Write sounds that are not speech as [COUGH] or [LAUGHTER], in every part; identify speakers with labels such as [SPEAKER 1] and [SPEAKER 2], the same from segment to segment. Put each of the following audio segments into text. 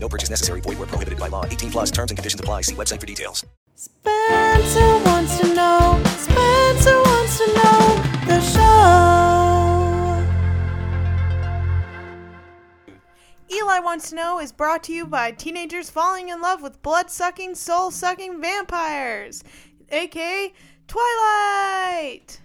[SPEAKER 1] No purchase necessary. Void where prohibited by law. 18 plus terms and conditions apply. See website for details.
[SPEAKER 2] Spencer wants to know. Spencer wants to know the show. Eli wants to know is brought to you by teenagers falling in love with blood-sucking, soul-sucking vampires, aka Twilight.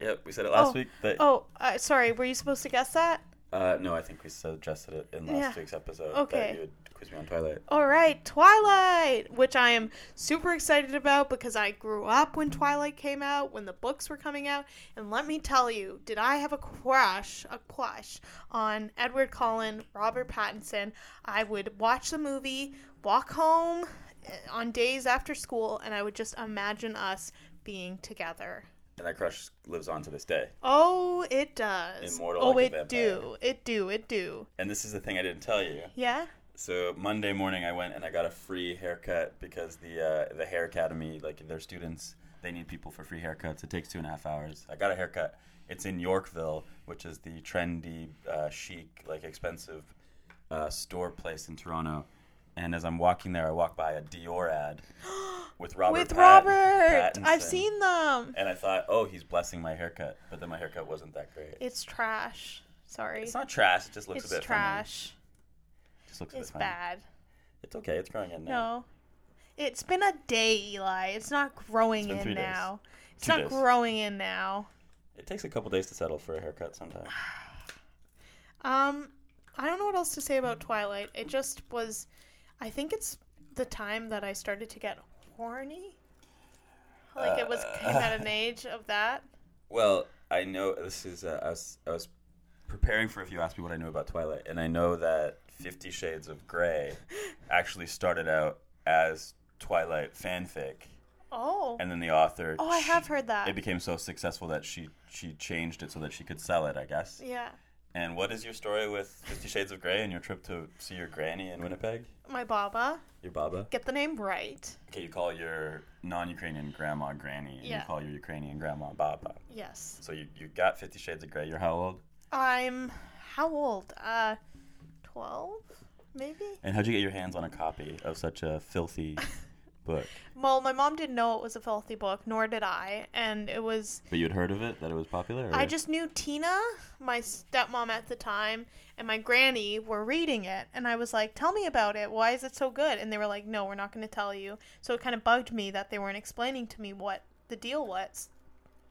[SPEAKER 3] Yep, we said it last
[SPEAKER 2] Oh,
[SPEAKER 3] week. But,
[SPEAKER 2] Oh, uh, sorry. Were you supposed to guess that?
[SPEAKER 3] uh, no, I think we suggested it in last
[SPEAKER 2] Yeah.
[SPEAKER 3] week's episode.
[SPEAKER 2] Okay.
[SPEAKER 3] That you would quiz me on Twilight.
[SPEAKER 2] All right, Twilight, which I am super excited about because I grew up when Twilight came out, when the books were coming out, and let me tell you, did I have a crush, a crush on Edward Cullen, Robert Pattinson? I would watch the movie, walk home eh, on days after school, and I would just imagine us being together.
[SPEAKER 3] And that crush lives on to this day.
[SPEAKER 2] Oh, it does.
[SPEAKER 3] Immortal
[SPEAKER 2] oh,
[SPEAKER 3] like a
[SPEAKER 2] it
[SPEAKER 3] vampire.
[SPEAKER 2] do. It do. It do.
[SPEAKER 3] And this is the thing I didn't tell you.
[SPEAKER 2] Yeah.
[SPEAKER 3] So Monday morning, I went and I got a free haircut because the uh, the hair academy, like their students, they need people for free haircuts. It takes two and a half hours. I got a haircut. It's in Yorkville, which is the trendy, uh, chic, like expensive uh, store place in Toronto. And as I'm walking there, I walk by a Dior
[SPEAKER 2] [GASPS]
[SPEAKER 3] ad with Robert.
[SPEAKER 2] With
[SPEAKER 3] Pat-
[SPEAKER 2] Robert, I've
[SPEAKER 3] Pattinson.
[SPEAKER 2] seen them.
[SPEAKER 3] And I thought, oh, he's blessing my haircut, but then my haircut wasn't that great.
[SPEAKER 2] It's trash. Sorry.
[SPEAKER 3] It's not trash. It just looks
[SPEAKER 2] it's
[SPEAKER 3] a bit funny.
[SPEAKER 2] trash.
[SPEAKER 3] Just looks a
[SPEAKER 2] It's
[SPEAKER 3] bit funny.
[SPEAKER 2] bad.
[SPEAKER 3] It's okay. It's growing in now.
[SPEAKER 2] No. It's been a day, Eli. It's not growing
[SPEAKER 3] It's been
[SPEAKER 2] in
[SPEAKER 3] three days.
[SPEAKER 2] now. It's
[SPEAKER 3] Two
[SPEAKER 2] not
[SPEAKER 3] days.
[SPEAKER 2] growing in now.
[SPEAKER 3] It takes a couple days to settle for a haircut sometimes.
[SPEAKER 2] Um, I don't know what else to say about Twilight. It just was. I think it's the time that I started to get horny. Like it was
[SPEAKER 3] Uh,
[SPEAKER 2] came
[SPEAKER 3] [LAUGHS]
[SPEAKER 2] at an age of that.
[SPEAKER 3] Well, I know this is. Uh, I, was, I was preparing for if you asked me what I knew about Twilight, and I know that Fifty Shades of [LAUGHS] Grey actually started out as Twilight fanfic,
[SPEAKER 2] Oh.
[SPEAKER 3] and then the author.
[SPEAKER 2] oh, I
[SPEAKER 3] she-
[SPEAKER 2] have heard that.
[SPEAKER 3] It became so successful that she she changed it so that she could sell it, I guess.
[SPEAKER 2] yeah.
[SPEAKER 3] And what is your story with Fifty Shades of Grey and your trip to see your granny in Winnipeg?
[SPEAKER 2] My baba.
[SPEAKER 3] Your baba?
[SPEAKER 2] Get the name right.
[SPEAKER 3] Okay, you call your non-Ukrainian grandma granny, and
[SPEAKER 2] Yeah.
[SPEAKER 3] you call your Ukrainian grandma baba.
[SPEAKER 2] Yes.
[SPEAKER 3] So you, you got Fifty Shades of Grey. You're how old?
[SPEAKER 2] I'm how old? Uh, twelve, maybe.
[SPEAKER 3] And how'd you get your hands on a copy of such
[SPEAKER 2] [LAUGHS]
[SPEAKER 3] a filthy book?
[SPEAKER 2] Well, my mom didn't know it was a filthy book, nor did I, and it was.
[SPEAKER 3] But you'd heard of it, that it was popular? Or?
[SPEAKER 2] I just knew Tina, my stepmom at the time, and my granny were reading it, and I was like, "Tell me about it. Why is it so good?" And they were like, "No, we're not going to tell you." So it kind of bugged me that they weren't explaining to me what the deal was.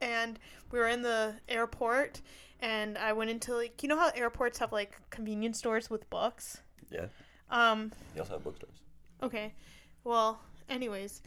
[SPEAKER 2] And we were in the airport, and I went into like you know how airports have like convenience stores with books.
[SPEAKER 3] Yeah.
[SPEAKER 2] Um,
[SPEAKER 3] They also have bookstores.
[SPEAKER 2] Okay. Well, anyways,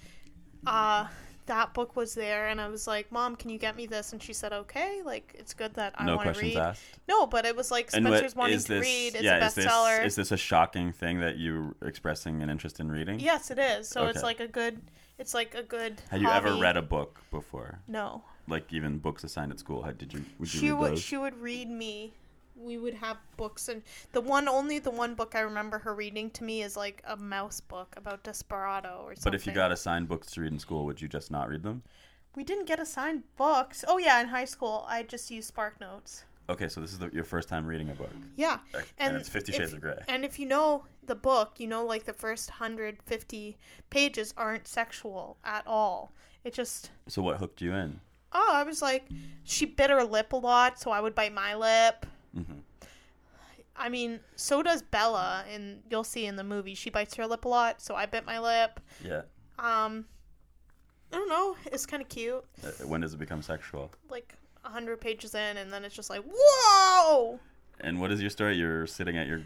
[SPEAKER 2] uh that book was there and I was like, "Mom, can you get me this?" and she said, "Okay." Like, it's good that I
[SPEAKER 3] No
[SPEAKER 2] want to
[SPEAKER 3] questions
[SPEAKER 2] read.
[SPEAKER 3] asked?
[SPEAKER 2] No, but it was like Spencer's wanting to read. It's a
[SPEAKER 3] is this,
[SPEAKER 2] bestseller.
[SPEAKER 3] is this a shocking thing that you're expressing an interest in reading?
[SPEAKER 2] Yes, it is. So it's
[SPEAKER 3] Okay.
[SPEAKER 2] like a good it's like a good
[SPEAKER 3] Had you ever
[SPEAKER 2] hobby.
[SPEAKER 3] read a book before?
[SPEAKER 2] No.
[SPEAKER 3] Like even books assigned at school? How did you? Would you
[SPEAKER 2] she
[SPEAKER 3] read
[SPEAKER 2] would
[SPEAKER 3] those?
[SPEAKER 2] she would read me we would have books and the one only the one book I remember her reading to me is like a mouse book about Desperado or something.
[SPEAKER 3] but if you got assigned books to read in school, would you just not read them?
[SPEAKER 2] We didn't get assigned books. Oh yeah, in high school I just used Spark Notes.
[SPEAKER 3] Okay, so this is the, your first time reading a book.
[SPEAKER 2] Yeah,
[SPEAKER 3] And it's Fifty Shades
[SPEAKER 2] if,
[SPEAKER 3] of Grey.
[SPEAKER 2] And if you know the book, you know like the first hundred fifty pages aren't sexual at all. It just
[SPEAKER 3] So what hooked you in?
[SPEAKER 2] oh, I was like, she bit her lip a lot, so I would bite my lip.
[SPEAKER 3] Mm-hmm.
[SPEAKER 2] I mean, so does Bella, and you'll see in the movie she bites her lip a lot, so I bit my lip.
[SPEAKER 3] Yeah.
[SPEAKER 2] Um, I don't know. It's kind of cute.
[SPEAKER 3] Uh, When does it become sexual?
[SPEAKER 2] Like hundred pages in, and then it's just like whoa.
[SPEAKER 3] And what is your story? You're sitting
[SPEAKER 2] [LAUGHS]
[SPEAKER 3] at your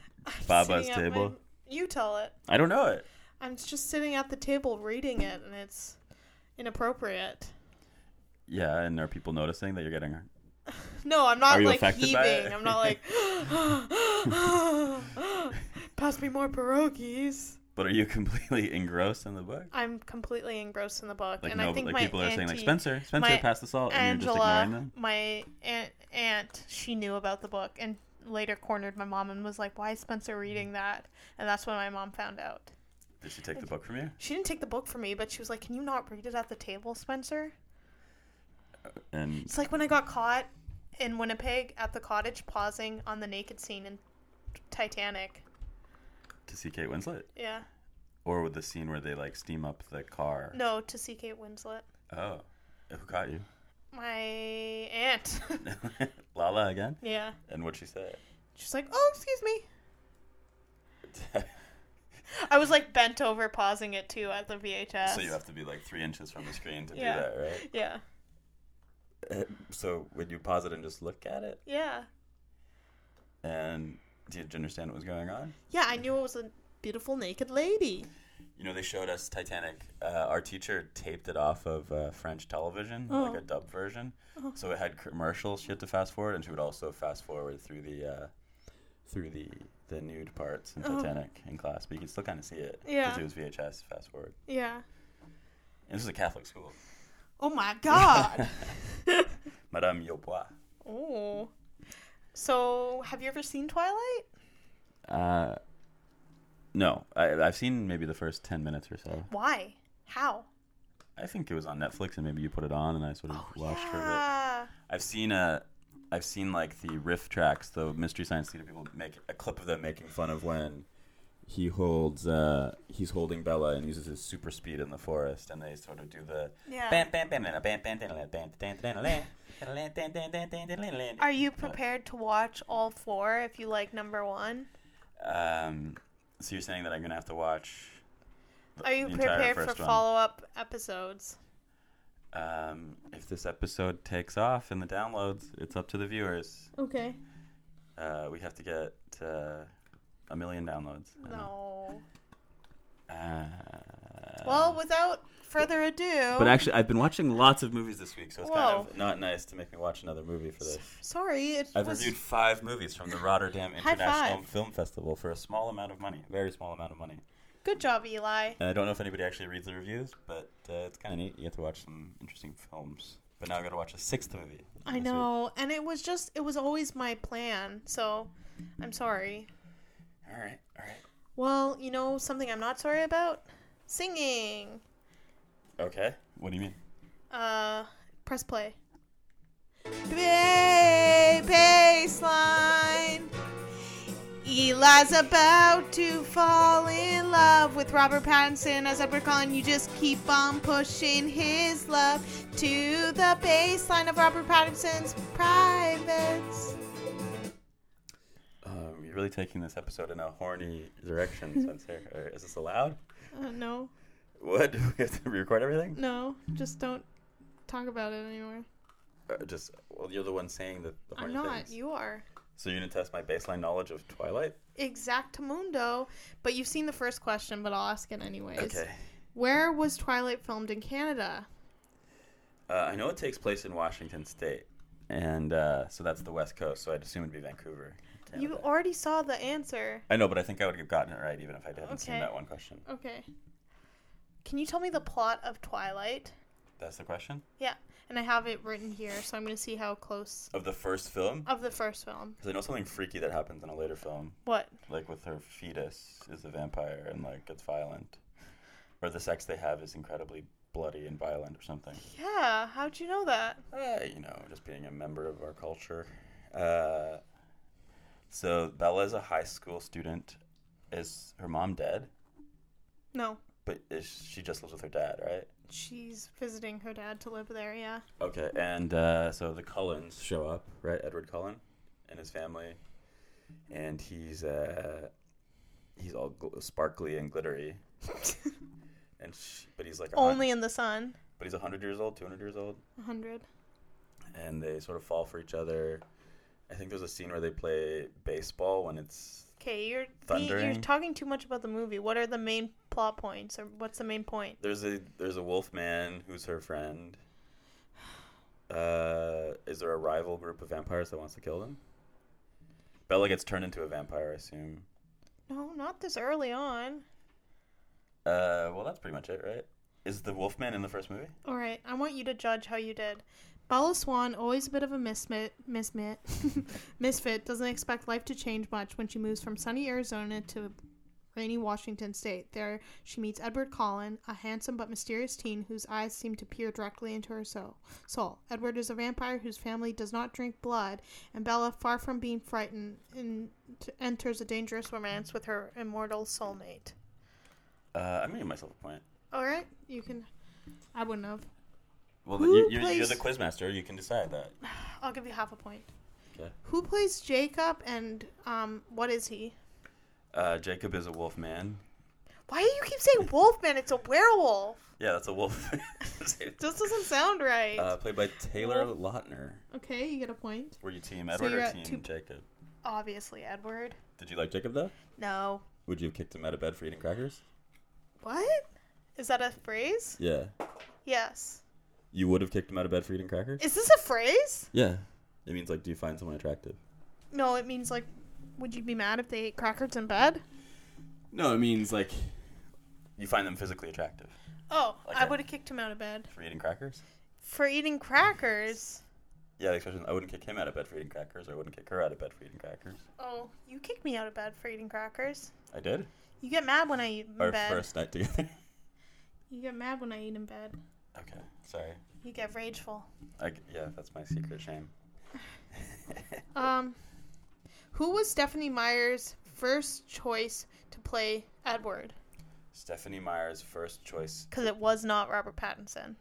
[SPEAKER 3] baba's
[SPEAKER 2] Sitting at my-
[SPEAKER 3] table.
[SPEAKER 2] you tell it.
[SPEAKER 3] I don't know it.
[SPEAKER 2] I'm just sitting at the table reading it, and it's inappropriate.
[SPEAKER 3] Yeah, and are people noticing that you're getting her?
[SPEAKER 2] No, I'm not
[SPEAKER 3] Are you
[SPEAKER 2] like
[SPEAKER 3] affected by it?
[SPEAKER 2] heaving. [GASPS]
[SPEAKER 3] [LAUGHS]
[SPEAKER 2] I'm not like, pass me more pierogies.
[SPEAKER 3] But are you [LAUGHS] completely engrossed in the book?
[SPEAKER 2] I'm completely engrossed in the book,
[SPEAKER 3] Like
[SPEAKER 2] and
[SPEAKER 3] no,
[SPEAKER 2] I think
[SPEAKER 3] like
[SPEAKER 2] my
[SPEAKER 3] people are
[SPEAKER 2] auntie,
[SPEAKER 3] saying like Spencer,
[SPEAKER 2] my
[SPEAKER 3] Spencer, pass the salt, and you're just ignoring
[SPEAKER 2] Angela,
[SPEAKER 3] them.
[SPEAKER 2] my aunt, aunt, she knew about the book and later cornered my mom and was like, "Why is
[SPEAKER 3] Mm-hmm.
[SPEAKER 2] Spencer reading that?" And that's when my mom found out.
[SPEAKER 3] Did she take the book from you?
[SPEAKER 2] She didn't take the book from me, but she was like, "Can you not read it at the table, Spencer?"
[SPEAKER 3] And
[SPEAKER 2] It's like when I got caught in Winnipeg at the cottage pausing on the naked scene in Titanic.
[SPEAKER 3] to see Kate Winslet,
[SPEAKER 2] Yeah.
[SPEAKER 3] or with the scene where they like steam up the car.
[SPEAKER 2] No, to see Kate Winslet.
[SPEAKER 3] Oh, who caught you? [LAUGHS]
[SPEAKER 2] My aunt. [LAUGHS]
[SPEAKER 3] Lala again.
[SPEAKER 2] yeah.
[SPEAKER 3] And what'd she say? [LAUGHS]
[SPEAKER 2] She's like, "Oh, excuse me." I was like bent over pausing it too at the VHS.
[SPEAKER 3] So you have to be like three inches from the screen to
[SPEAKER 2] Yeah.
[SPEAKER 3] do that, right?
[SPEAKER 2] yeah.
[SPEAKER 3] So would you pause it and just look at it?
[SPEAKER 2] Yeah.
[SPEAKER 3] And did you understand what was going on?
[SPEAKER 2] Yeah, I knew it was a beautiful naked lady.
[SPEAKER 3] You know, they showed us Titanic. Uh, our teacher taped it off of uh, French television, like a dub version. So it had commercials. She had to fast forward, and she would also fast forward through the uh, through the the nude parts in Titanic in class. But you can still kind of see it
[SPEAKER 2] Yeah.
[SPEAKER 3] it was VHS fast forward.
[SPEAKER 2] Yeah.
[SPEAKER 3] And this is a Catholic school,
[SPEAKER 2] Oh
[SPEAKER 3] [LAUGHS]
[SPEAKER 2] my god.
[SPEAKER 3] Madame Yobois.
[SPEAKER 2] oh. So, have you ever seen Twilight?
[SPEAKER 3] Uh, no, I, I've seen maybe the first ten minutes or so.
[SPEAKER 2] Why? How?
[SPEAKER 3] I think it was on Netflix, and maybe you put it on, and I sort of watched for a bit.
[SPEAKER 2] Ah.
[SPEAKER 3] I've seen a, I've seen like the riff tracks, the Mystery Science Theater people make a clip of them making fun of when he holds, uh, he's holding Bella and uses his super speed in the forest, and they sort of do the.
[SPEAKER 2] Yeah.
[SPEAKER 3] bam, bam, bam, da, bam, bam, da, da, bam, da, da, da, da, da, da, da, da, da, da, da, da.
[SPEAKER 2] Are you prepared to watch all four if you like number 1?
[SPEAKER 3] Um, so you're saying that I'm gonna have to watch.
[SPEAKER 2] Are you
[SPEAKER 3] the entire
[SPEAKER 2] prepared for
[SPEAKER 3] first one.
[SPEAKER 2] follow-up episodes?
[SPEAKER 3] Um, if this episode takes off in the downloads, it's up to the viewers.
[SPEAKER 2] Okay.
[SPEAKER 3] Uh, we have to get uh, a million downloads.
[SPEAKER 2] No.
[SPEAKER 3] Uh,
[SPEAKER 2] Well, without further ado,
[SPEAKER 3] But actually, I've been watching lots of movies this week, so it's kind
[SPEAKER 2] Whoa.
[SPEAKER 3] of not nice to make me watch another movie for this.
[SPEAKER 2] sorry, it
[SPEAKER 3] I've
[SPEAKER 2] was
[SPEAKER 3] reviewed five movies from the Rotterdam
[SPEAKER 2] High
[SPEAKER 3] International
[SPEAKER 2] five.
[SPEAKER 3] Film Festival for a small amount of money, very small amount of money.
[SPEAKER 2] good job, Eli.
[SPEAKER 3] And I don't know if anybody actually reads the reviews, but uh, it's kind of neat. You get to watch some interesting films. But now I've got to watch a sixth movie.
[SPEAKER 2] I
[SPEAKER 3] this week.
[SPEAKER 2] know, and it was just it was always my plan. So, I'm sorry.
[SPEAKER 3] All right, all right.
[SPEAKER 2] Well, you know something I'm not sorry about? Singing.
[SPEAKER 3] Okay. What do you mean?
[SPEAKER 2] Uh, press play. Bay baseline. Eli's about to fall in love with Robert Pattinson as Edward Cullen. You just keep on pushing his love to the baseline of Robert Pattinson's privates.
[SPEAKER 3] Um, you're really taking this episode in a horny direction, [LAUGHS] Spencer. Or is this allowed?
[SPEAKER 2] Uh, no.
[SPEAKER 3] What? [LAUGHS] Do we have to record everything?
[SPEAKER 2] No, just don't talk about it anymore.
[SPEAKER 3] Uh, just, well, you're the one saying the, the
[SPEAKER 2] I'm
[SPEAKER 3] horny
[SPEAKER 2] not.
[SPEAKER 3] things.
[SPEAKER 2] You are.
[SPEAKER 3] So you're gonna test my baseline knowledge of Twilight?
[SPEAKER 2] Exactamundo. But you've seen the first question, but I'll ask it anyways.
[SPEAKER 3] Okay.
[SPEAKER 2] Where was Twilight filmed in Canada?
[SPEAKER 3] Uh, I know it takes place in Washington State, and uh, so that's the West Coast. So I'd assume it'd be Vancouver.
[SPEAKER 2] You
[SPEAKER 3] Canada.
[SPEAKER 2] already saw the answer.
[SPEAKER 3] I know, but I think I would have gotten it right even if I hadn't seen
[SPEAKER 2] Okay.
[SPEAKER 3] that one question.
[SPEAKER 2] Okay. Can you tell me the plot of Twilight?
[SPEAKER 3] That's the question
[SPEAKER 2] Yeah. And I have it written here, so I'm going to see how close
[SPEAKER 3] of the first film.
[SPEAKER 2] of the first film.
[SPEAKER 3] Because I know something freaky that happens in a later film,
[SPEAKER 2] What?
[SPEAKER 3] like with her fetus is a vampire and like gets violent, or the sex they have is incredibly bloody and violent or something.
[SPEAKER 2] Yeah, how'd you know that?
[SPEAKER 3] Uh, you know, just being a member of our culture. Uh, so Bella is a high school student. Is her mom dead?
[SPEAKER 2] No.
[SPEAKER 3] But is she just lives with her dad, right?
[SPEAKER 2] She's visiting her dad to live there, yeah.
[SPEAKER 3] Okay, and uh, so the Cullens show up, right? Edward Cullen and his family, and he's uh, he's all gl- sparkly and glittery, [LAUGHS] and sh but he's like a hun-
[SPEAKER 2] Only in the sun.
[SPEAKER 3] but he's hundred years old, two hundred years old.
[SPEAKER 2] 100.
[SPEAKER 3] and they sort of fall for each other. I think there's a scene where they play baseball when it's
[SPEAKER 2] Okay, you're you're
[SPEAKER 3] Thundering.
[SPEAKER 2] talking too much about the movie. What are the main plot points, or what's the main point?
[SPEAKER 3] there's a there's a wolf man who's her friend. Uh, is there a rival group of vampires that wants to kill them? Bella gets turned into a vampire, I assume.
[SPEAKER 2] No, not this early on.
[SPEAKER 3] Uh, well, that's pretty much it, right? Is the Wolfman in the first movie?
[SPEAKER 2] All right, I want you to judge how you did. Bella Swan, always a bit of a misfit, misfit, [LAUGHS] misfit, doesn't expect life to change much when she moves from sunny Arizona to rainy Washington State. There, she meets Edward Collin, a handsome but mysterious teen whose eyes seem to peer directly into her soul. soul. Edward is a vampire whose family does not drink blood, and Bella, far from being frightened, in, enters a dangerous romance with her immortal soulmate.
[SPEAKER 3] Uh, I'm gonna give myself a point.
[SPEAKER 2] All right, you can. I wouldn't have.
[SPEAKER 3] Well,
[SPEAKER 2] Who
[SPEAKER 3] you, you're, you're
[SPEAKER 2] plays-
[SPEAKER 3] the quizmaster. You can decide that.
[SPEAKER 2] I'll give you half a point.
[SPEAKER 3] Okay.
[SPEAKER 2] Who plays Jacob and um what is he?
[SPEAKER 3] Uh, Jacob is a Wolfman.
[SPEAKER 2] Why do you keep
[SPEAKER 3] [LAUGHS]
[SPEAKER 2] saying Wolfman? It's a werewolf.
[SPEAKER 3] Yeah, that's a wolf. [LAUGHS]
[SPEAKER 2] This doesn't sound right.
[SPEAKER 3] uh, played by Taylor Lautner.
[SPEAKER 2] okay, you get a point.
[SPEAKER 3] Were you team Edward
[SPEAKER 2] you're
[SPEAKER 3] or
[SPEAKER 2] at
[SPEAKER 3] team
[SPEAKER 2] two-
[SPEAKER 3] Jacob?
[SPEAKER 2] Obviously, Edward.
[SPEAKER 3] Did you like Jacob though?
[SPEAKER 2] No.
[SPEAKER 3] Would you have kicked him out of bed for eating crackers?
[SPEAKER 2] What? Is that a phrase?
[SPEAKER 3] Yeah.
[SPEAKER 2] Yes.
[SPEAKER 3] You would have kicked him out of bed for eating crackers?
[SPEAKER 2] Is this a phrase?
[SPEAKER 3] Yeah. It means like, do you find someone attractive?
[SPEAKER 2] No, it means like would you be mad if they ate crackers in bed?
[SPEAKER 3] No, it means like you find them physically attractive
[SPEAKER 2] Oh, I
[SPEAKER 3] Okay.
[SPEAKER 2] would have kicked him out of bed
[SPEAKER 3] for eating crackers.
[SPEAKER 2] for eating crackers.
[SPEAKER 3] Yeah, the expression I wouldn't kick him out of bed for eating crackers, or I wouldn't kick her out of bed for eating crackers.
[SPEAKER 2] Oh, you kicked me out of bed for eating crackers.
[SPEAKER 3] I did.
[SPEAKER 2] You get mad when I eat in
[SPEAKER 3] Our
[SPEAKER 2] bed.
[SPEAKER 3] first night together. [LAUGHS]
[SPEAKER 2] You get mad when I eat in bed.
[SPEAKER 3] okay, sorry.
[SPEAKER 2] You get rageful.
[SPEAKER 3] I g yeah, that's my secret shame.
[SPEAKER 2] Um, who was Stephanie Meyer's first choice to play Edward?
[SPEAKER 3] Stephanie Meyer's first choice
[SPEAKER 2] Because it was not Robert Pattinson.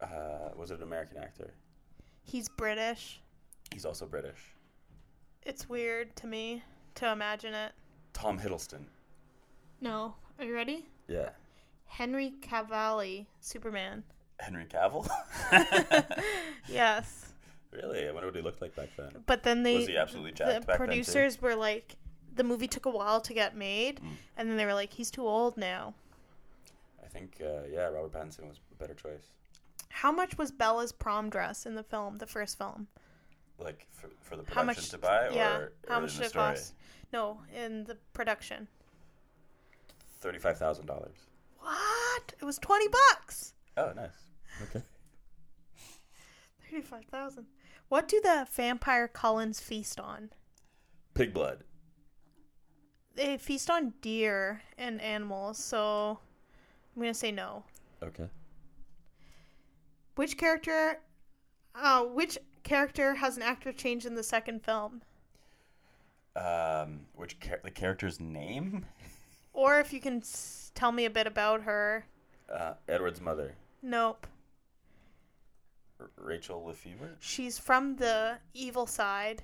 [SPEAKER 3] uh, was an American actor.
[SPEAKER 2] He's British.
[SPEAKER 3] He's also British.
[SPEAKER 2] It's weird to me to imagine it.
[SPEAKER 3] Tom Hiddleston.
[SPEAKER 2] No. Are you ready?
[SPEAKER 3] Yeah.
[SPEAKER 2] Henry Cavalli, Superman. [LAUGHS]
[SPEAKER 3] Henry Cavill. [LAUGHS]
[SPEAKER 2] Yes.
[SPEAKER 3] really? I wonder what he looked like back then.
[SPEAKER 2] But then they
[SPEAKER 3] Was he absolutely
[SPEAKER 2] the
[SPEAKER 3] jacked back then, too?
[SPEAKER 2] producers were like the movie took a while to get made
[SPEAKER 3] Mm.
[SPEAKER 2] and then they were like he's too old now.
[SPEAKER 3] I think uh, yeah, Robert Pattinson was a better choice.
[SPEAKER 2] How much was Bella's prom dress in the film, the first film?
[SPEAKER 3] Like for, for the
[SPEAKER 2] how
[SPEAKER 3] production
[SPEAKER 2] much
[SPEAKER 3] to buy,
[SPEAKER 2] yeah
[SPEAKER 3] or,
[SPEAKER 2] how
[SPEAKER 3] or
[SPEAKER 2] much
[SPEAKER 3] in
[SPEAKER 2] did
[SPEAKER 3] the
[SPEAKER 2] it
[SPEAKER 3] story,
[SPEAKER 2] cost no in the production
[SPEAKER 3] thirty-five thousand dollars.
[SPEAKER 2] what it was 20 bucks
[SPEAKER 3] Oh, nice. Okay.
[SPEAKER 2] 35000 what do the vampire collins feast on
[SPEAKER 3] Pig blood.
[SPEAKER 2] they feast on deer and animals so i'm gonna say no
[SPEAKER 3] Okay.
[SPEAKER 2] which character uh which character has an actor change in the second film
[SPEAKER 3] Um, which char- the character's name?
[SPEAKER 2] or if you can s- tell me a bit about her
[SPEAKER 3] Uh, Edward's mother,
[SPEAKER 2] nope
[SPEAKER 3] R- Rachel Lefevre.
[SPEAKER 2] she's from the evil side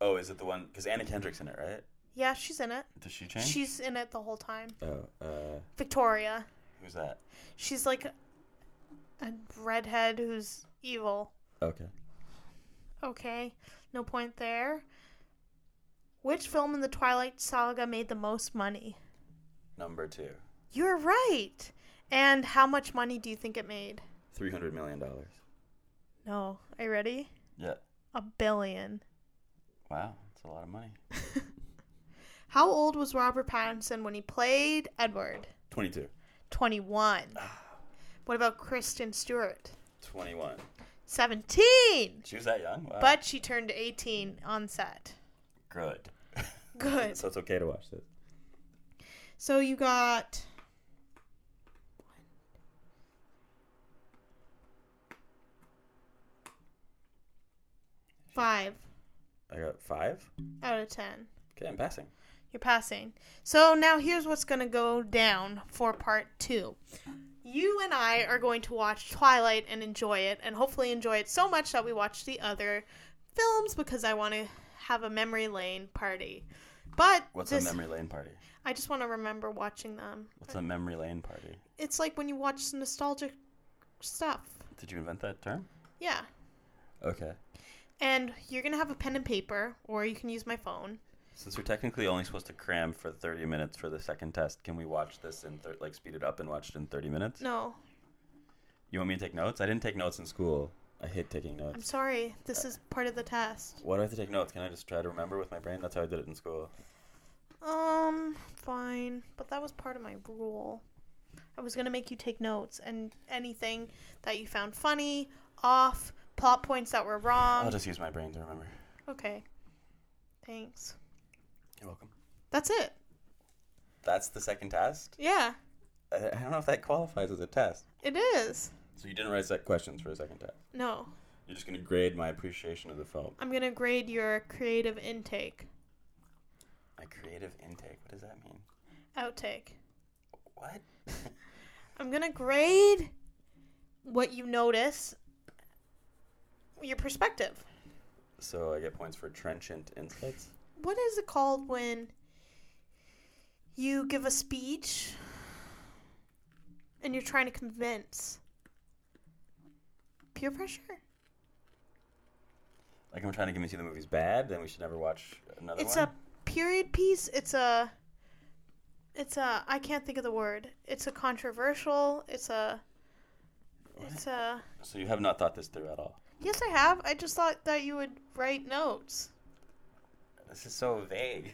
[SPEAKER 3] Oh, is it the one? Because Anna Kendrick's in it, right?
[SPEAKER 2] yeah she's in it
[SPEAKER 3] Does she change?
[SPEAKER 2] she's in it the whole time
[SPEAKER 3] Oh, uh,
[SPEAKER 2] victoria
[SPEAKER 3] who's that?
[SPEAKER 2] She's like a redhead who's evil.
[SPEAKER 3] Okay.
[SPEAKER 2] Okay, no point there. Which film in the Twilight Saga made the most money?
[SPEAKER 3] Number two.
[SPEAKER 2] You're right. And how much money do you think it made?
[SPEAKER 3] Three hundred million dollars.
[SPEAKER 2] No. Are you ready?
[SPEAKER 3] Yeah.
[SPEAKER 2] A billion.
[SPEAKER 3] Wow, that's a lot of money.
[SPEAKER 2] How old was Robert Pattinson when he played Edward?
[SPEAKER 3] Twenty-two.
[SPEAKER 2] 21. What about Kristen Stewart?
[SPEAKER 3] Twenty-one.
[SPEAKER 2] 17.
[SPEAKER 3] She was that young. Wow.
[SPEAKER 2] But she turned 18 on set.
[SPEAKER 3] good.
[SPEAKER 2] Good.
[SPEAKER 3] So it's okay to watch this.
[SPEAKER 2] So you got. Five
[SPEAKER 3] I got five.
[SPEAKER 2] out of ten.
[SPEAKER 3] Okay, I'm passing.
[SPEAKER 2] You're passing. So now here's what's going to go down for part two. You and I are going to watch Twilight and enjoy it, and hopefully enjoy it so much that we watch the other films because I want to have a memory lane party. But
[SPEAKER 3] What's
[SPEAKER 2] this,
[SPEAKER 3] a memory lane party?
[SPEAKER 2] I just want to remember watching them.
[SPEAKER 3] What's a memory lane party?
[SPEAKER 2] it's like when you watch nostalgic stuff.
[SPEAKER 3] Did you invent that term?
[SPEAKER 2] Yeah.
[SPEAKER 3] Okay.
[SPEAKER 2] And you're going to have a pen and paper, or you can use my phone.
[SPEAKER 3] Since we're technically only supposed to cram for 30 minutes for the second test, can we watch this in thir- like speed it up and watch it in 30 minutes?
[SPEAKER 2] No,
[SPEAKER 3] You want me to take notes? I didn't take notes in school. I hate taking
[SPEAKER 2] I'm
[SPEAKER 3] notes.
[SPEAKER 2] sorry. This is part of the test.
[SPEAKER 3] Why do I have to take notes? Can I just try to remember with my brain? That's how I did it in school.
[SPEAKER 2] Um, fine. But that was part of my rule. I was gonna make you take notes and anything that you found funny, off, plot points that were
[SPEAKER 3] I'll
[SPEAKER 2] wrong.
[SPEAKER 3] just use my brain to remember.
[SPEAKER 2] Okay. Thanks.
[SPEAKER 3] You're welcome.
[SPEAKER 2] That's it.
[SPEAKER 3] That's the second test.
[SPEAKER 2] Yeah,
[SPEAKER 3] I I don't know if that qualifies as a test.
[SPEAKER 2] it is.
[SPEAKER 3] So you didn't write set questions for a second test.
[SPEAKER 2] No,
[SPEAKER 3] You're just gonna grade my appreciation of the film.
[SPEAKER 2] I'm gonna grade your creative intake,
[SPEAKER 3] My creative intake. What does that mean?
[SPEAKER 2] outtake.
[SPEAKER 3] What?
[SPEAKER 2] I'm gonna grade what you notice, your perspective.
[SPEAKER 3] So I get points for trenchant insights.
[SPEAKER 2] What is it called when you give a speech and you're trying to convince? Peer pressure?
[SPEAKER 3] Like I'm trying to convince you the movie's bad, then we should never watch another
[SPEAKER 2] It's
[SPEAKER 3] one.
[SPEAKER 2] a period piece. It's a. It's a. I can't think of the word. It's a controversial. It's a. It's a.
[SPEAKER 3] So you have not thought this through at all.
[SPEAKER 2] Yes, I have. I just thought that you would write notes.
[SPEAKER 3] This is so vague.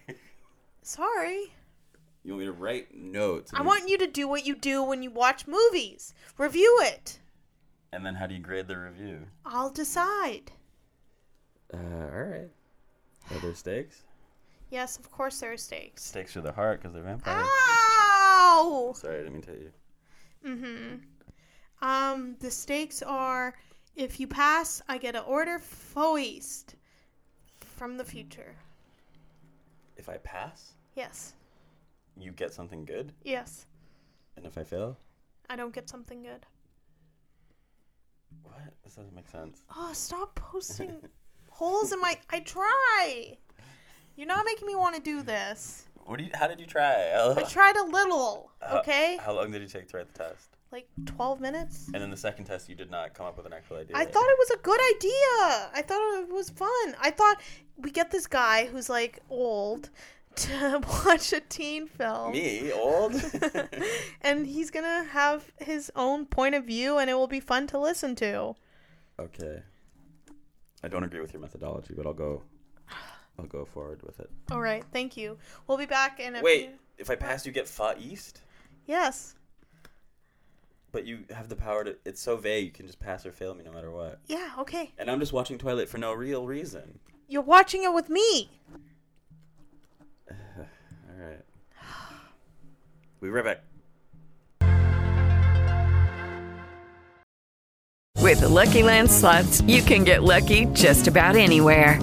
[SPEAKER 2] Sorry.
[SPEAKER 3] [LAUGHS] you want me to write notes?
[SPEAKER 2] I want you to do what you do when you watch movies review it.
[SPEAKER 3] And then how do you grade the review?
[SPEAKER 2] I'll decide.
[SPEAKER 3] Uh, all right. Are there stakes?
[SPEAKER 2] Yes, of course there are stakes.
[SPEAKER 3] Stakes to the heart because they're vampires.
[SPEAKER 2] Ah! Ow! Mm-hmm.
[SPEAKER 3] Sorry, I didn't mean to hit you.
[SPEAKER 2] Um, the stakes are if you pass, I get an order foist from the future.
[SPEAKER 3] If I pass,
[SPEAKER 2] Yes,
[SPEAKER 3] you get something good,
[SPEAKER 2] yes.
[SPEAKER 3] and if I fail,
[SPEAKER 2] I don't get something good.
[SPEAKER 3] what? This doesn't make sense.
[SPEAKER 2] Oh, stop posting holes in my. I try. You're not making me want to do this.
[SPEAKER 3] What do you? How did you [LAUGHS] try?
[SPEAKER 2] I tried a little,
[SPEAKER 3] How-
[SPEAKER 2] okay?
[SPEAKER 3] Uh, How, long did you take to write the test?
[SPEAKER 2] Like 12 minutes?
[SPEAKER 3] And then the second test, you did not come up with an actual idea.
[SPEAKER 2] I thought it was a good idea. I thought it was fun. I thought we get this guy who's like old [LAUGHS] to watch a teen film.
[SPEAKER 3] me [LAUGHS] old.
[SPEAKER 2] [LAUGHS] and he's going to have his own point of view and it will be fun to listen to.
[SPEAKER 3] okay. I don't agree with your methodology, but I'll go. I'll go forward with it.
[SPEAKER 2] All right. Thank you. We'll be back in a
[SPEAKER 3] Wait,
[SPEAKER 2] few-
[SPEAKER 3] if I pass, you get fa east.
[SPEAKER 2] Yes.
[SPEAKER 3] But you have the power to. It's so vague. You can just pass or fail me no matter what.
[SPEAKER 2] Yeah, okay.
[SPEAKER 3] And I'm just watching Twilight for no real reason.
[SPEAKER 2] You're watching it with me.
[SPEAKER 3] All right. We'll be right back.
[SPEAKER 4] With the Lucky Land slots, you can get lucky just about anywhere.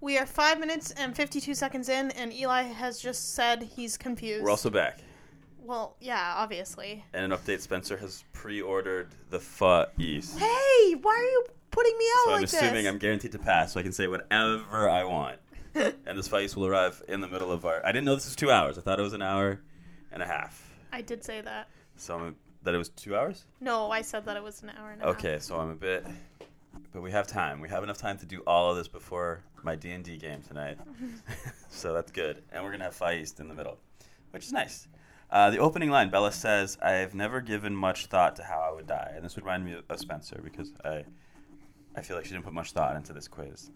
[SPEAKER 2] We are 5 minutes and 52 seconds in and Eli has just said he's confused.
[SPEAKER 3] We're also back.
[SPEAKER 2] well, yeah, obviously.
[SPEAKER 3] And an update Spencer has pre ordered the Fa East. So
[SPEAKER 2] Hey, why are you putting me out
[SPEAKER 3] I'm
[SPEAKER 2] like
[SPEAKER 3] assuming
[SPEAKER 2] this?
[SPEAKER 3] I'm guaranteed to pass, so I can say whatever I
[SPEAKER 2] [LAUGHS]
[SPEAKER 3] want. and this Fa East will arrive in the middle of our. I didn't know this was two hours. I thought it was an hour and a half.
[SPEAKER 2] I did say that.
[SPEAKER 3] So I'm. That it was two hours?
[SPEAKER 2] No, I said that it was an hour and a half.
[SPEAKER 3] Okay, so I'm a bit. But we have time. We have enough time to do all of this before my D and D game tonight, [LAUGHS] so that's good. And we're gonna have Fi East in the middle, which is nice. Uh, the opening line, Bella says, "I have never given much thought to how I would die," and this would remind me of- of Spencer because I, I feel like she didn't put much thought into this quiz.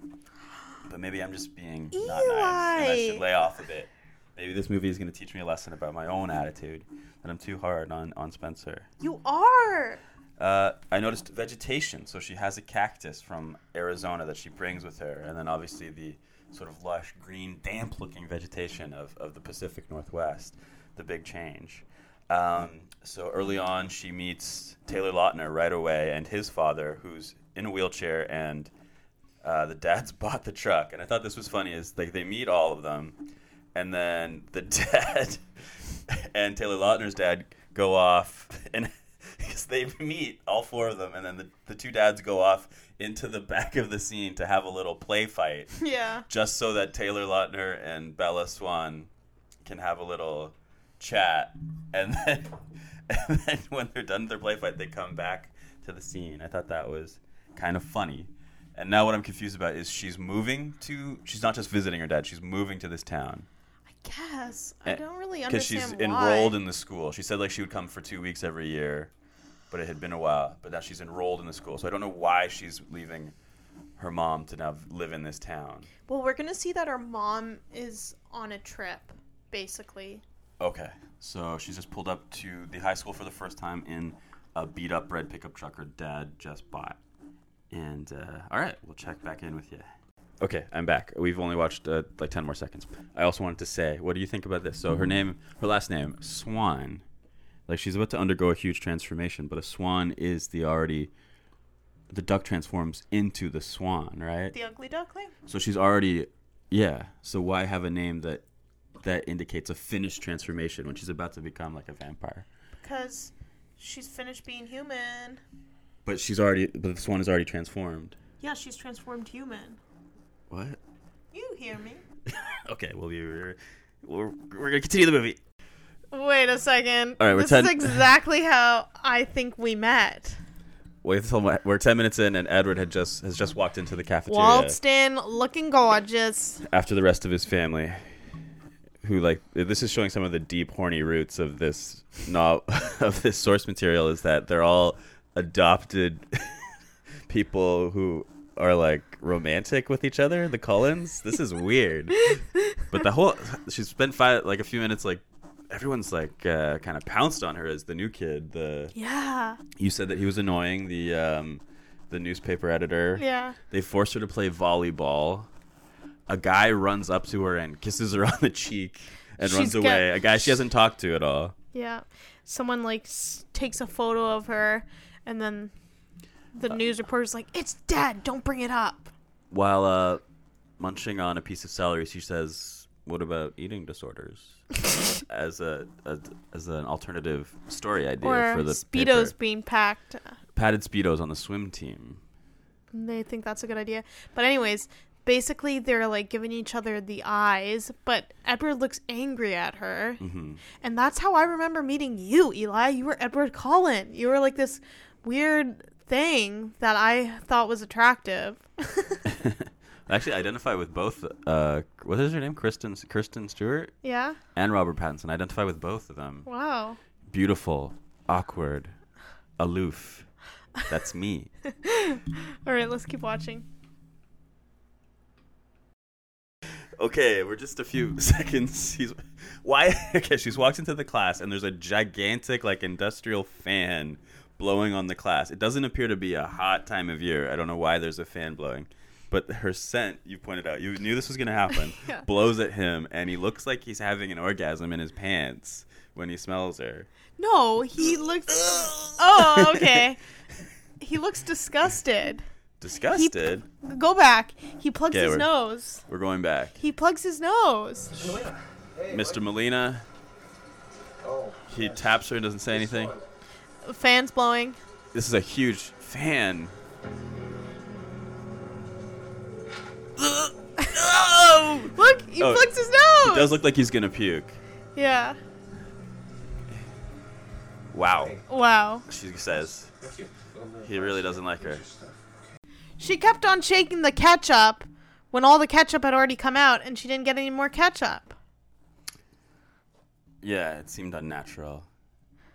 [SPEAKER 3] But maybe I'm just being not nice, and I
[SPEAKER 2] Eli.
[SPEAKER 3] should lay off a bit. Maybe this movie is going to teach me a lesson about my own attitude that I'm too hard on on Spencer.
[SPEAKER 2] You are.
[SPEAKER 3] Uh, I noticed vegetation. So she has a cactus from Arizona that she brings with her, and then obviously the sort of lush, green, damp-looking vegetation of, of the Pacific Northwest, the big change. Um, so early on, she meets Taylor Lautner right away, and his father, who's in a wheelchair, and uh, the dad's [LAUGHS] bought the truck. And I thought this was funny is like they meet all of them, and then the [LAUGHS] dad and Taylor Lautner's dad go off and [LAUGHS] 'cause they meet all four of them and then the, the two dads go off into the back of the scene to have a little play fight
[SPEAKER 2] Yeah.
[SPEAKER 3] just so that Taylor Lautner and [LAUGHS] Bella Swan can have a little chat and then and then when they're done with their play fight, they come back to the scene. I thought that was kind of funny. And now what I'm confused about is she's moving to. She's not just visiting her dad. She's moving to this town
[SPEAKER 2] Yes, I don't really
[SPEAKER 3] because
[SPEAKER 2] understand
[SPEAKER 3] Eh, she's
[SPEAKER 2] why.
[SPEAKER 3] enrolled in the school. She said like she would come for two weeks every year, but it had been a while. But now she's enrolled in the school, so I don't know why she's leaving her mom to now live in this town.
[SPEAKER 2] Well, we're gonna see that her mom is on a trip, basically.
[SPEAKER 3] Okay, so she's just pulled up to the high school for the first time in a beat up red pickup truck her dad just bought. And uh, all right, we'll check back in with you. Okay, I'm back. We've only watched uh, like ten more seconds. I also wanted to say, what do you think about this? So her name, her last name, Swan. Like she's about to undergo a huge transformation, but a swan is the already. The duck transforms into the swan, right?
[SPEAKER 2] The ugly duckling.
[SPEAKER 3] So she's already, yeah. So why have a name that that indicates a finished transformation when she's about to become like a vampire?
[SPEAKER 2] Because she's finished being human.
[SPEAKER 3] But she's already, but this one is already transformed.
[SPEAKER 2] Yeah, she's transformed human.
[SPEAKER 3] What?
[SPEAKER 2] You hear me?
[SPEAKER 3] Okay, well you, we're we're, we're gonna continue the movie.
[SPEAKER 2] Wait a second.
[SPEAKER 3] All right, we're
[SPEAKER 2] this
[SPEAKER 3] ten-
[SPEAKER 2] is exactly how I think we met.
[SPEAKER 3] Wait until my- we're ten minutes in, and Edward had just has just walked into the cafeteria
[SPEAKER 2] Waltzed in, looking gorgeous.
[SPEAKER 3] after the rest of his family. Who like this is showing some of the deep horny roots of this no [LAUGHS] of this source material is that they're all adopted [LAUGHS] people who are like romantic with each other. The Cullens. This is weird. but the whole she spent five like a few minutes like everyone's like uh, kind of pounced on her as the new kid. The
[SPEAKER 2] Yeah.
[SPEAKER 3] you said that he was annoying. The um, the newspaper editor.
[SPEAKER 2] Yeah.
[SPEAKER 3] They force her to play volleyball. A guy runs up to her and kisses her [LAUGHS] on the cheek and
[SPEAKER 2] She's
[SPEAKER 3] runs
[SPEAKER 2] got-
[SPEAKER 3] away. A guy she hasn't talked to at all.
[SPEAKER 2] Yeah. Someone like s- takes a photo of her, and then the
[SPEAKER 3] Uh,
[SPEAKER 2] news reporter's like, "It's dead. Don't bring it up."
[SPEAKER 3] While uh, munching on a piece of celery, she says, "What about eating
[SPEAKER 2] [LAUGHS]
[SPEAKER 3] disorders?" as a, a as an alternative story idea
[SPEAKER 2] Or
[SPEAKER 3] for the
[SPEAKER 2] speedos
[SPEAKER 3] paper.
[SPEAKER 2] being packed.
[SPEAKER 3] padded speedos on the swim team.
[SPEAKER 2] And They think that's a good idea. But anyways, basically they're like giving each other the eyes, but Edward looks angry at her.
[SPEAKER 3] Mm-hmm.
[SPEAKER 2] And that's how I remember meeting you, Eli. You were Edward Cullen. You were like this weird thing that I thought was attractive.
[SPEAKER 3] I actually identify with both. Uh, what is her name? Kristen Kristen Stewart
[SPEAKER 2] yeah?
[SPEAKER 3] and Robert Pattinson. I identify with both of them.
[SPEAKER 2] Wow.
[SPEAKER 3] beautiful, awkward, aloof. That's me.
[SPEAKER 2] All right, let's keep watching.
[SPEAKER 3] [LAUGHS] okay, we're just a few [LAUGHS] seconds. He's why? [LAUGHS] Okay, she's walked into the class and there's a gigantic like industrial fan blowing on the class. It doesn't appear to be a hot time of year. I don't know why there's a fan blowing. But her scent, you pointed out, you knew this was going to happen, blows at him, and he looks like he's having an orgasm in his pants when he smells her.
[SPEAKER 2] No, he looks Oh, okay. he looks disgusted.
[SPEAKER 3] Disgusted.
[SPEAKER 2] Go back. He plugs
[SPEAKER 3] Okay,
[SPEAKER 2] his
[SPEAKER 3] we're-
[SPEAKER 2] nose.
[SPEAKER 3] We're going back.
[SPEAKER 2] He plugs his nose.
[SPEAKER 3] Mr. Molina. He taps her and doesn't say anything.
[SPEAKER 2] fans blowing.
[SPEAKER 3] This is a huge fan.
[SPEAKER 2] Look, he
[SPEAKER 3] Oh,
[SPEAKER 2] plugs his nose.
[SPEAKER 3] It does look like he's gonna puke.
[SPEAKER 2] Yeah.
[SPEAKER 3] Wow,
[SPEAKER 2] Wow.
[SPEAKER 3] she says. He really doesn't like her.
[SPEAKER 2] She kept on shaking the ketchup when all the ketchup had already come out, and she didn't get any more ketchup.
[SPEAKER 3] Yeah, it seemed unnatural.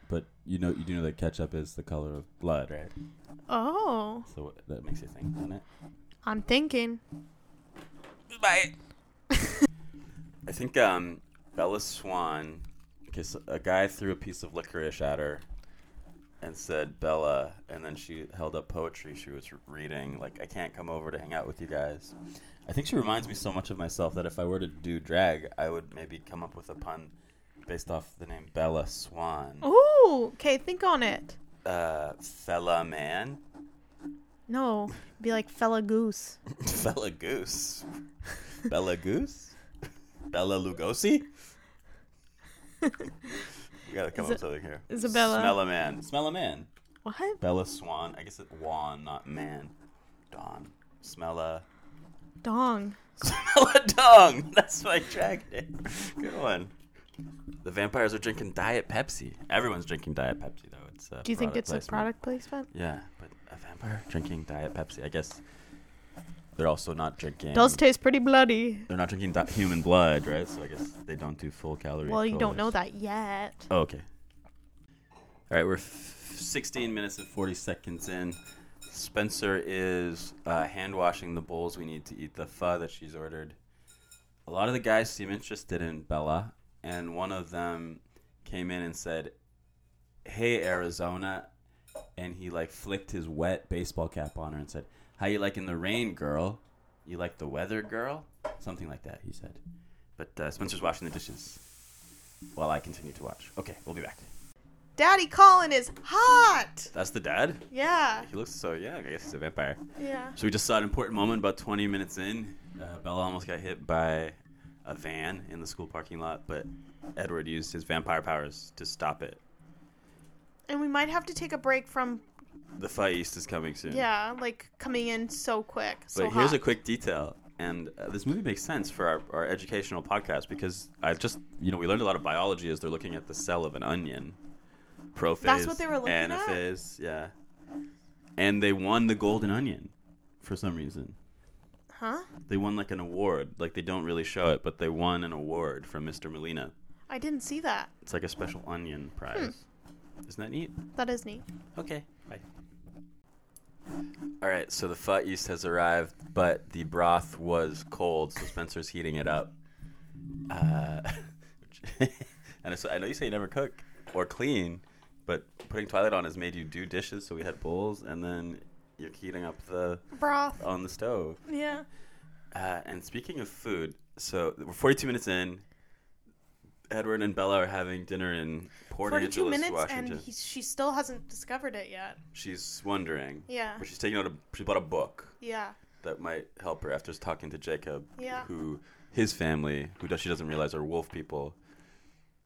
[SPEAKER 3] But you know, you do know that ketchup is the color of blood, right?
[SPEAKER 2] Oh,
[SPEAKER 3] So what- that makes you think, doesn't it?
[SPEAKER 2] I'm thinking.
[SPEAKER 3] I think um, Bella Swan, because a guy threw a piece of licorice at her and said Bella, and then she held up poetry she was reading, like, I can't come over to hang out with you guys. I think she reminds me so much of myself that if I were to do drag, I would maybe come up with a pun based off the name Bella Swan.
[SPEAKER 2] Oh. Ooh, okay, think on it.
[SPEAKER 3] Uh, fella man?
[SPEAKER 2] No, be like fella goose.
[SPEAKER 3] [LAUGHS]
[SPEAKER 2] [LAUGHS]
[SPEAKER 3] Fella goose? Bella goose? Bella Lugosi? we gotta come up with something here.
[SPEAKER 2] Isabella.
[SPEAKER 3] Smell a man. Smell a man.
[SPEAKER 2] What?
[SPEAKER 3] Bella Swan. I guess it's Wan, not man. Don. Smell a. [LAUGHS]
[SPEAKER 2] Dong.
[SPEAKER 3] Smell a dong. That's my drag name. Good one. The vampires are drinking Diet Pepsi. Everyone's drinking Diet Pepsi, though. It's uh,
[SPEAKER 2] Do you think it's
[SPEAKER 3] placement.
[SPEAKER 2] a product placement?
[SPEAKER 3] Yeah, but a vampire drinking Diet Pepsi. I guess they're also not drinking.
[SPEAKER 2] Does taste pretty bloody.
[SPEAKER 3] they're not drinking di- human blood, right? So I guess they don't do full calorie.
[SPEAKER 2] Well, you don't know
[SPEAKER 3] colas.
[SPEAKER 2] that yet.
[SPEAKER 3] Oh, okay. All right, we're f- 16 minutes and 40 seconds in. Spencer is uh, hand washing the bowls we need to eat the pho that she's ordered. A lot of the guys seem interested in Bella, and one of them came in and said, "Hey, Arizona," and he like flicked his wet baseball cap on her and said, "How you liking the rain, girl? You like the weather, girl?" Something like that. He said. But uh, Spencer's washing the dishes while I continue to watch. Okay, we'll be back.
[SPEAKER 2] Daddy Colin is hot.
[SPEAKER 3] That's the dad.
[SPEAKER 2] Yeah.
[SPEAKER 3] He looks so yeah. I guess he's a vampire.
[SPEAKER 2] Yeah.
[SPEAKER 3] So we just saw an important moment about 20 minutes in. Uh, Bella almost got hit by a van in the school parking lot, but Edward used his vampire powers to stop it.
[SPEAKER 2] And we might have to take a break from
[SPEAKER 3] The fight east is coming soon.
[SPEAKER 2] yeah, like coming in so quick. So
[SPEAKER 3] But here's
[SPEAKER 2] hot.
[SPEAKER 3] a quick detail, and uh, this movie makes sense for our, our educational podcast because I just, you know, we learned a lot of biology as they're looking at the cell of an onion. Prophase.
[SPEAKER 2] what they were looking at?
[SPEAKER 3] anaphase, yeah. And they won the golden onion for some reason.
[SPEAKER 2] Huh?
[SPEAKER 3] They won like an award. Like they don't really show it, but they won an award from Mr. Molina.
[SPEAKER 2] I didn't see that.
[SPEAKER 3] It's like a special onion prize.
[SPEAKER 2] Hmm.
[SPEAKER 3] Isn't that neat?
[SPEAKER 2] That is neat.
[SPEAKER 3] Okay. Bye. All right, so the pho east has arrived, but the broth was cold, so Spencer's heating it up. Uh, [LAUGHS] and so I know you say you never cook or clean, but putting Twilight on has made you do dishes. So we had bowls, and then you're heating up the
[SPEAKER 2] Broth.
[SPEAKER 3] on the stove.
[SPEAKER 2] Yeah.
[SPEAKER 3] Uh, and speaking of food, so we're 42 minutes in. Edward and Bella are having dinner in Port
[SPEAKER 2] 42
[SPEAKER 3] Angeles,
[SPEAKER 2] minutes
[SPEAKER 3] Washington.
[SPEAKER 2] and he, she still hasn't discovered it yet.
[SPEAKER 3] She's wondering.
[SPEAKER 2] Yeah.
[SPEAKER 3] But she's taking out a she bought a book
[SPEAKER 2] Yeah.
[SPEAKER 3] that might help her after talking to Jacob,
[SPEAKER 2] Yeah.
[SPEAKER 3] who his family, who does, she doesn't realize are wolf people,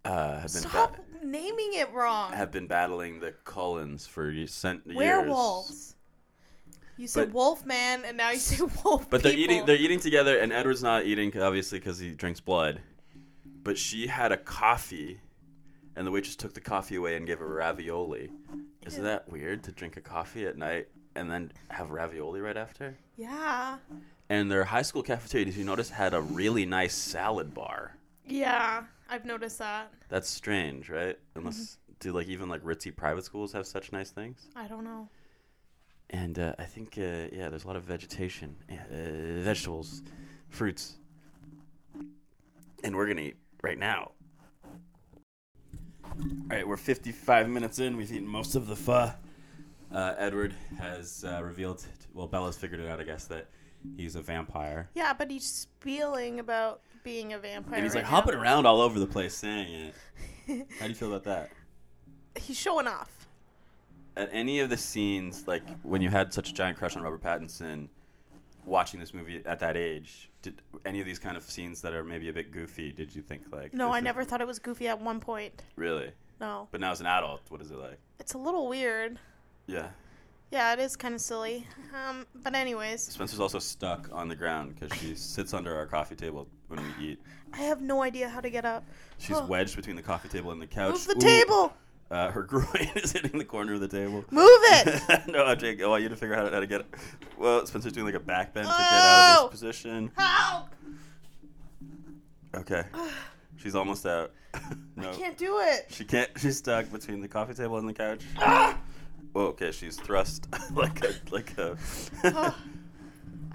[SPEAKER 3] uh, have been
[SPEAKER 2] Stop
[SPEAKER 3] ba-
[SPEAKER 2] naming it wrong.
[SPEAKER 3] have been battling the Cullens for ye- cent- years.
[SPEAKER 2] Werewolves. You said
[SPEAKER 3] But-
[SPEAKER 2] wolf man and now you say [LAUGHS] wolf
[SPEAKER 3] But they're
[SPEAKER 2] people.
[SPEAKER 3] eating they're e eating together, and Edward's not eating obviously because he drinks blood. But she had a coffee, and the waitress took the coffee away and gave her ravioli. Isn't that weird to drink a coffee at night and then have ravioli right after?
[SPEAKER 2] Yeah.
[SPEAKER 3] and their high school cafeteria, did you notice, had a really nice salad bar.
[SPEAKER 2] Yeah. I've noticed that.
[SPEAKER 3] That's strange, right? Unless do like even like ritzy private schools have such nice things?
[SPEAKER 2] I don't know.
[SPEAKER 3] And uh, I think uh, yeah, there's a lot of vegetation, uh, vegetables, fruits, and we're gonna eat right now. All right, we're 55 minutes in. We've eaten most of the pho. Uh, Edward has uh, revealed. Well, Bella's figured it out, I guess, that he's a vampire.
[SPEAKER 2] Yeah, but he's spieling about being a vampire.
[SPEAKER 3] And he's
[SPEAKER 2] right
[SPEAKER 3] like
[SPEAKER 2] now.
[SPEAKER 3] hopping around all over the place saying
[SPEAKER 2] [LAUGHS]
[SPEAKER 3] it. How do you feel about that?
[SPEAKER 2] He's showing off.
[SPEAKER 3] At any of the scenes, like when you had such a giant crush on Robert Pattinson, watching this movie at that age, did any of these kind of scenes that are maybe a bit goofy, did you think like.
[SPEAKER 2] No,
[SPEAKER 3] this
[SPEAKER 2] I
[SPEAKER 3] is-
[SPEAKER 2] never thought it was goofy at one point.
[SPEAKER 3] Really?
[SPEAKER 2] No.
[SPEAKER 3] But now as an adult, what is it like?
[SPEAKER 2] It's a little weird.
[SPEAKER 3] Yeah.
[SPEAKER 2] Yeah, it is kind of silly. Um, but anyways,
[SPEAKER 3] Spencer's also stuck on the ground because she sits under our coffee table when we eat.
[SPEAKER 2] I have no idea how to get up.
[SPEAKER 3] She's wedged between the coffee table and the couch.
[SPEAKER 2] Move the
[SPEAKER 3] Ooh.
[SPEAKER 2] table.
[SPEAKER 3] Uh, her [LAUGHS] groin is hitting the corner of the table.
[SPEAKER 2] Move
[SPEAKER 3] [LAUGHS]
[SPEAKER 2] it.
[SPEAKER 3] no, Jake, I want you to figure out how to get. Well, Spencer's doing like a back bend to get out
[SPEAKER 2] Oh!
[SPEAKER 3] of this position.
[SPEAKER 2] Help!
[SPEAKER 3] Okay. She's almost out. no.
[SPEAKER 2] Can't do it.
[SPEAKER 3] She can't. [LAUGHS] She's stuck between the coffee table and the couch. Whoa, okay, she's thrust [LAUGHS] like a like a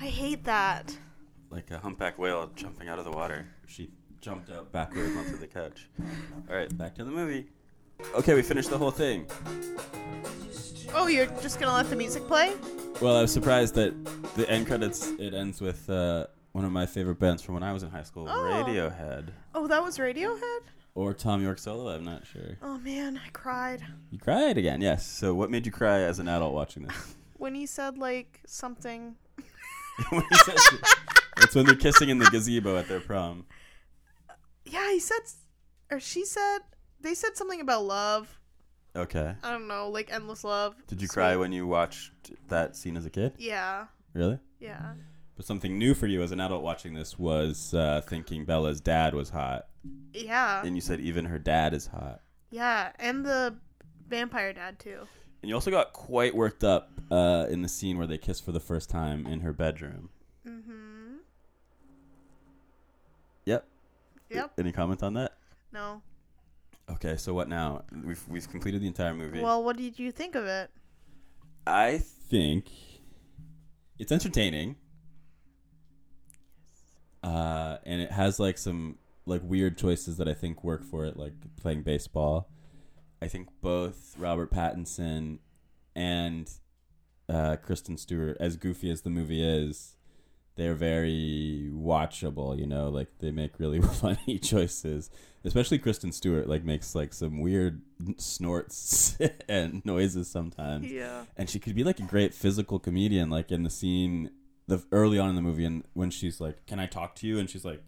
[SPEAKER 2] I hate that.
[SPEAKER 3] like a humpback whale jumping out of the water. She jumped out backwards onto the couch. All right, back to the movie. Okay, we finished the whole thing.
[SPEAKER 2] Oh, you're just gonna let the music play?
[SPEAKER 3] Well, I was surprised that the end credits it ends with uh, one of my favorite bands from when I was in high school, Radiohead,
[SPEAKER 2] Oh, that was Radiohead?
[SPEAKER 3] or Tom York solo. I'm not sure.
[SPEAKER 2] Oh man, I cried.
[SPEAKER 3] You cried again, yes. So, what made you cry as an adult watching this?
[SPEAKER 2] When he said like something
[SPEAKER 3] When he says it. it's when they're kissing in the gazebo at their prom.
[SPEAKER 2] Yeah, he said s- or she said they said something about love.
[SPEAKER 3] Okay.
[SPEAKER 2] I don't know, like endless love.
[SPEAKER 3] Did you cry when you watched that scene as a kid?
[SPEAKER 2] Yeah.
[SPEAKER 3] Really?
[SPEAKER 2] Yeah.
[SPEAKER 3] But something new for you as an adult watching this was uh, thinking Bella's dad was hot,
[SPEAKER 2] Yeah.
[SPEAKER 3] and you said even her dad is hot,
[SPEAKER 2] Yeah. And the vampire dad, too.
[SPEAKER 3] and you also got quite worked up uh, in the scene where they kiss for the first time in her bedroom. Mm-hmm. Yep.
[SPEAKER 2] Yep.
[SPEAKER 3] Any comment on that?
[SPEAKER 2] No.
[SPEAKER 3] Okay, so what now? We've we've completed the entire movie.
[SPEAKER 2] Well, what did you think of it?
[SPEAKER 3] I think it's entertaining. Uh, and it has like some like weird choices that I think work for it, like playing baseball. I think both Robert Pattinson and uh, Kristen Stewart, as goofy as the movie is, they're very watchable. You know, like they make really [LAUGHS] funny choices. Especially Kristen Stewart, like makes like some weird snorts [LAUGHS] and noises sometimes
[SPEAKER 2] Yeah.
[SPEAKER 3] and she could be like a great physical comedian like in the scene the early on in the movie and when she's like can i talk to you and she's like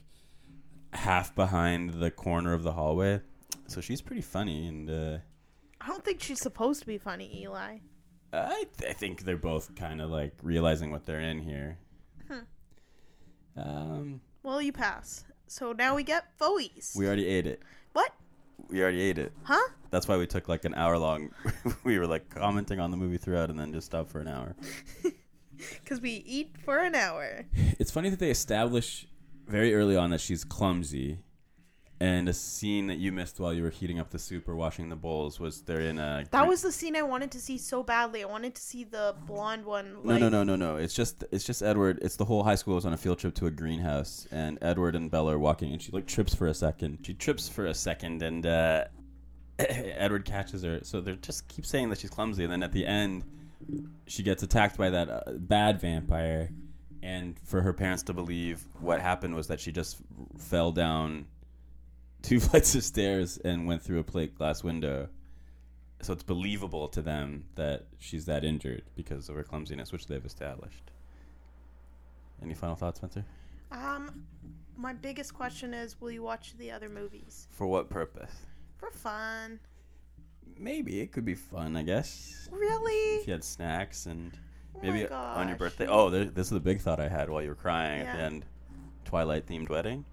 [SPEAKER 3] half behind the corner of the hallway so she's pretty funny and uh
[SPEAKER 2] I don't think she's supposed to be funny, Eli.
[SPEAKER 3] i, I think they're both kind of like realizing what they're in here um
[SPEAKER 2] Well, you pass. So now we get Foeys.
[SPEAKER 3] we already ate it
[SPEAKER 2] what?
[SPEAKER 3] we already ate it
[SPEAKER 2] Huh?
[SPEAKER 3] that's why we took like an hour long [LAUGHS] we were like commenting on the movie throughout and then just stopped for an hour
[SPEAKER 2] Because we eat for an hour.
[SPEAKER 3] it's funny that they establish very early on that she's clumsy. And a scene that you missed while you were heating up the soup or washing the bowls was they're in a.
[SPEAKER 2] That was the scene I wanted to see so badly. I wanted to see the blonde one.
[SPEAKER 3] No,
[SPEAKER 2] Like,
[SPEAKER 3] no, no, no, no. It's just it's just Edward. It's the whole high school is on a field trip to a greenhouse, and Edward and Bella are walking, and she like trips for a second. She trips for a second, and uh, [LAUGHS] Edward catches her. So they are just keep saying that she's clumsy, and then at the end, she gets attacked by that uh, bad vampire, and for her parents to believe what happened was that she just fell down two [LAUGHS] flights of stairs and went through a plate glass window so it's believable to them that she's that injured because of her clumsiness, which they've established. Any final thoughts, Spencer?
[SPEAKER 2] Um, my biggest question is, will you watch the other movies
[SPEAKER 3] For what purpose?
[SPEAKER 2] for fun?
[SPEAKER 3] Maybe it could be fun, I guess.
[SPEAKER 2] Really?
[SPEAKER 3] If you had snacks and
[SPEAKER 2] Oh
[SPEAKER 3] maybe
[SPEAKER 2] my
[SPEAKER 3] on your
[SPEAKER 2] gosh.
[SPEAKER 3] birthday. Oh, there, this is the big thought I had while you were crying at the
[SPEAKER 2] Yeah.
[SPEAKER 3] end. Twilight themed wedding.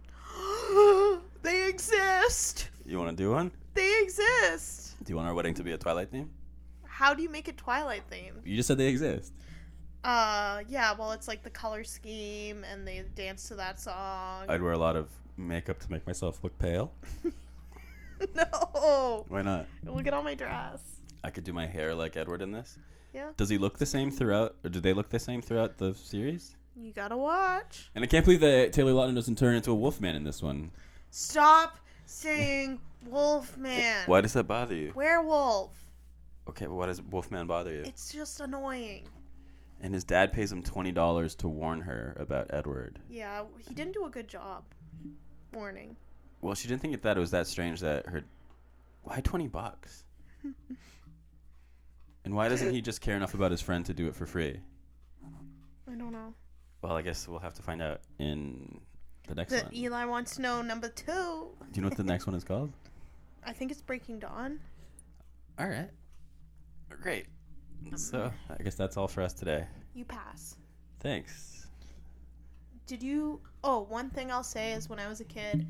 [SPEAKER 2] [GASPS] they exist.
[SPEAKER 3] You want to do one?
[SPEAKER 2] They exist.
[SPEAKER 3] Do you want our wedding to be a Twilight theme?
[SPEAKER 2] How do you make it Twilight themed?
[SPEAKER 3] You just said they exist.
[SPEAKER 2] Uh, yeah. Well, it's like the color scheme, and they dance to that song.
[SPEAKER 3] I'd wear a lot of makeup to make myself look pale.
[SPEAKER 2] [LAUGHS] no.
[SPEAKER 3] Why not?
[SPEAKER 2] Look at all my dress.
[SPEAKER 3] I could do my hair like Edward in this.
[SPEAKER 2] Yeah.
[SPEAKER 3] Does he look the same throughout, or do they look the same throughout the series?
[SPEAKER 2] You gotta watch.
[SPEAKER 3] And I can't believe that Taylor Lautner doesn't turn into a wolfman in this one.
[SPEAKER 2] Stop saying Wolfman.
[SPEAKER 3] Why does that bother you?
[SPEAKER 2] Werewolf.
[SPEAKER 3] Okay, but why does wolfman bother you?
[SPEAKER 2] It's just annoying.
[SPEAKER 3] And his dad pays him twenty dollars to warn her about Edward.
[SPEAKER 2] Yeah, he didn't do a good job. Warning.
[SPEAKER 3] Well, she didn't think it that it was that strange that her. Why twenty bucks?
[SPEAKER 2] [LAUGHS]
[SPEAKER 3] and why doesn't he just care enough about his friend to do it for free?
[SPEAKER 2] I don't know.
[SPEAKER 3] Well, I guess we'll have to find out in the next
[SPEAKER 2] The
[SPEAKER 3] one.
[SPEAKER 2] Eli wants to know number two.
[SPEAKER 3] do you know what the next one
[SPEAKER 2] [LAUGHS]
[SPEAKER 3] is called?
[SPEAKER 2] I think it's Breaking Dawn.
[SPEAKER 3] All right. Great. So I guess that's all for us today.
[SPEAKER 2] You pass.
[SPEAKER 3] Thanks.
[SPEAKER 2] Did you? Oh, one thing I'll say is when I was a kid,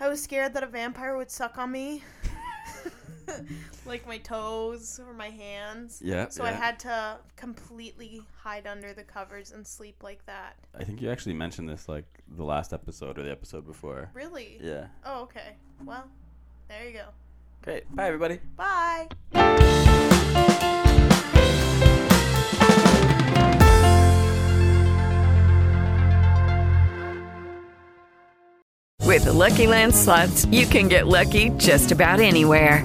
[SPEAKER 2] I was scared that a vampire would suck on me, [LAUGHS] like my toes or my hands.
[SPEAKER 3] Yeah,
[SPEAKER 2] So I
[SPEAKER 3] yeah.
[SPEAKER 2] had to completely hide under the covers and sleep like that.
[SPEAKER 3] I think you actually mentioned this like the last episode or the episode before.
[SPEAKER 2] Really?
[SPEAKER 3] Yeah.
[SPEAKER 2] Oh, okay. Well, there you go.
[SPEAKER 3] Great. Bye, everybody.
[SPEAKER 2] Bye.
[SPEAKER 4] With the Lucky Land slots, you can get lucky just about anywhere.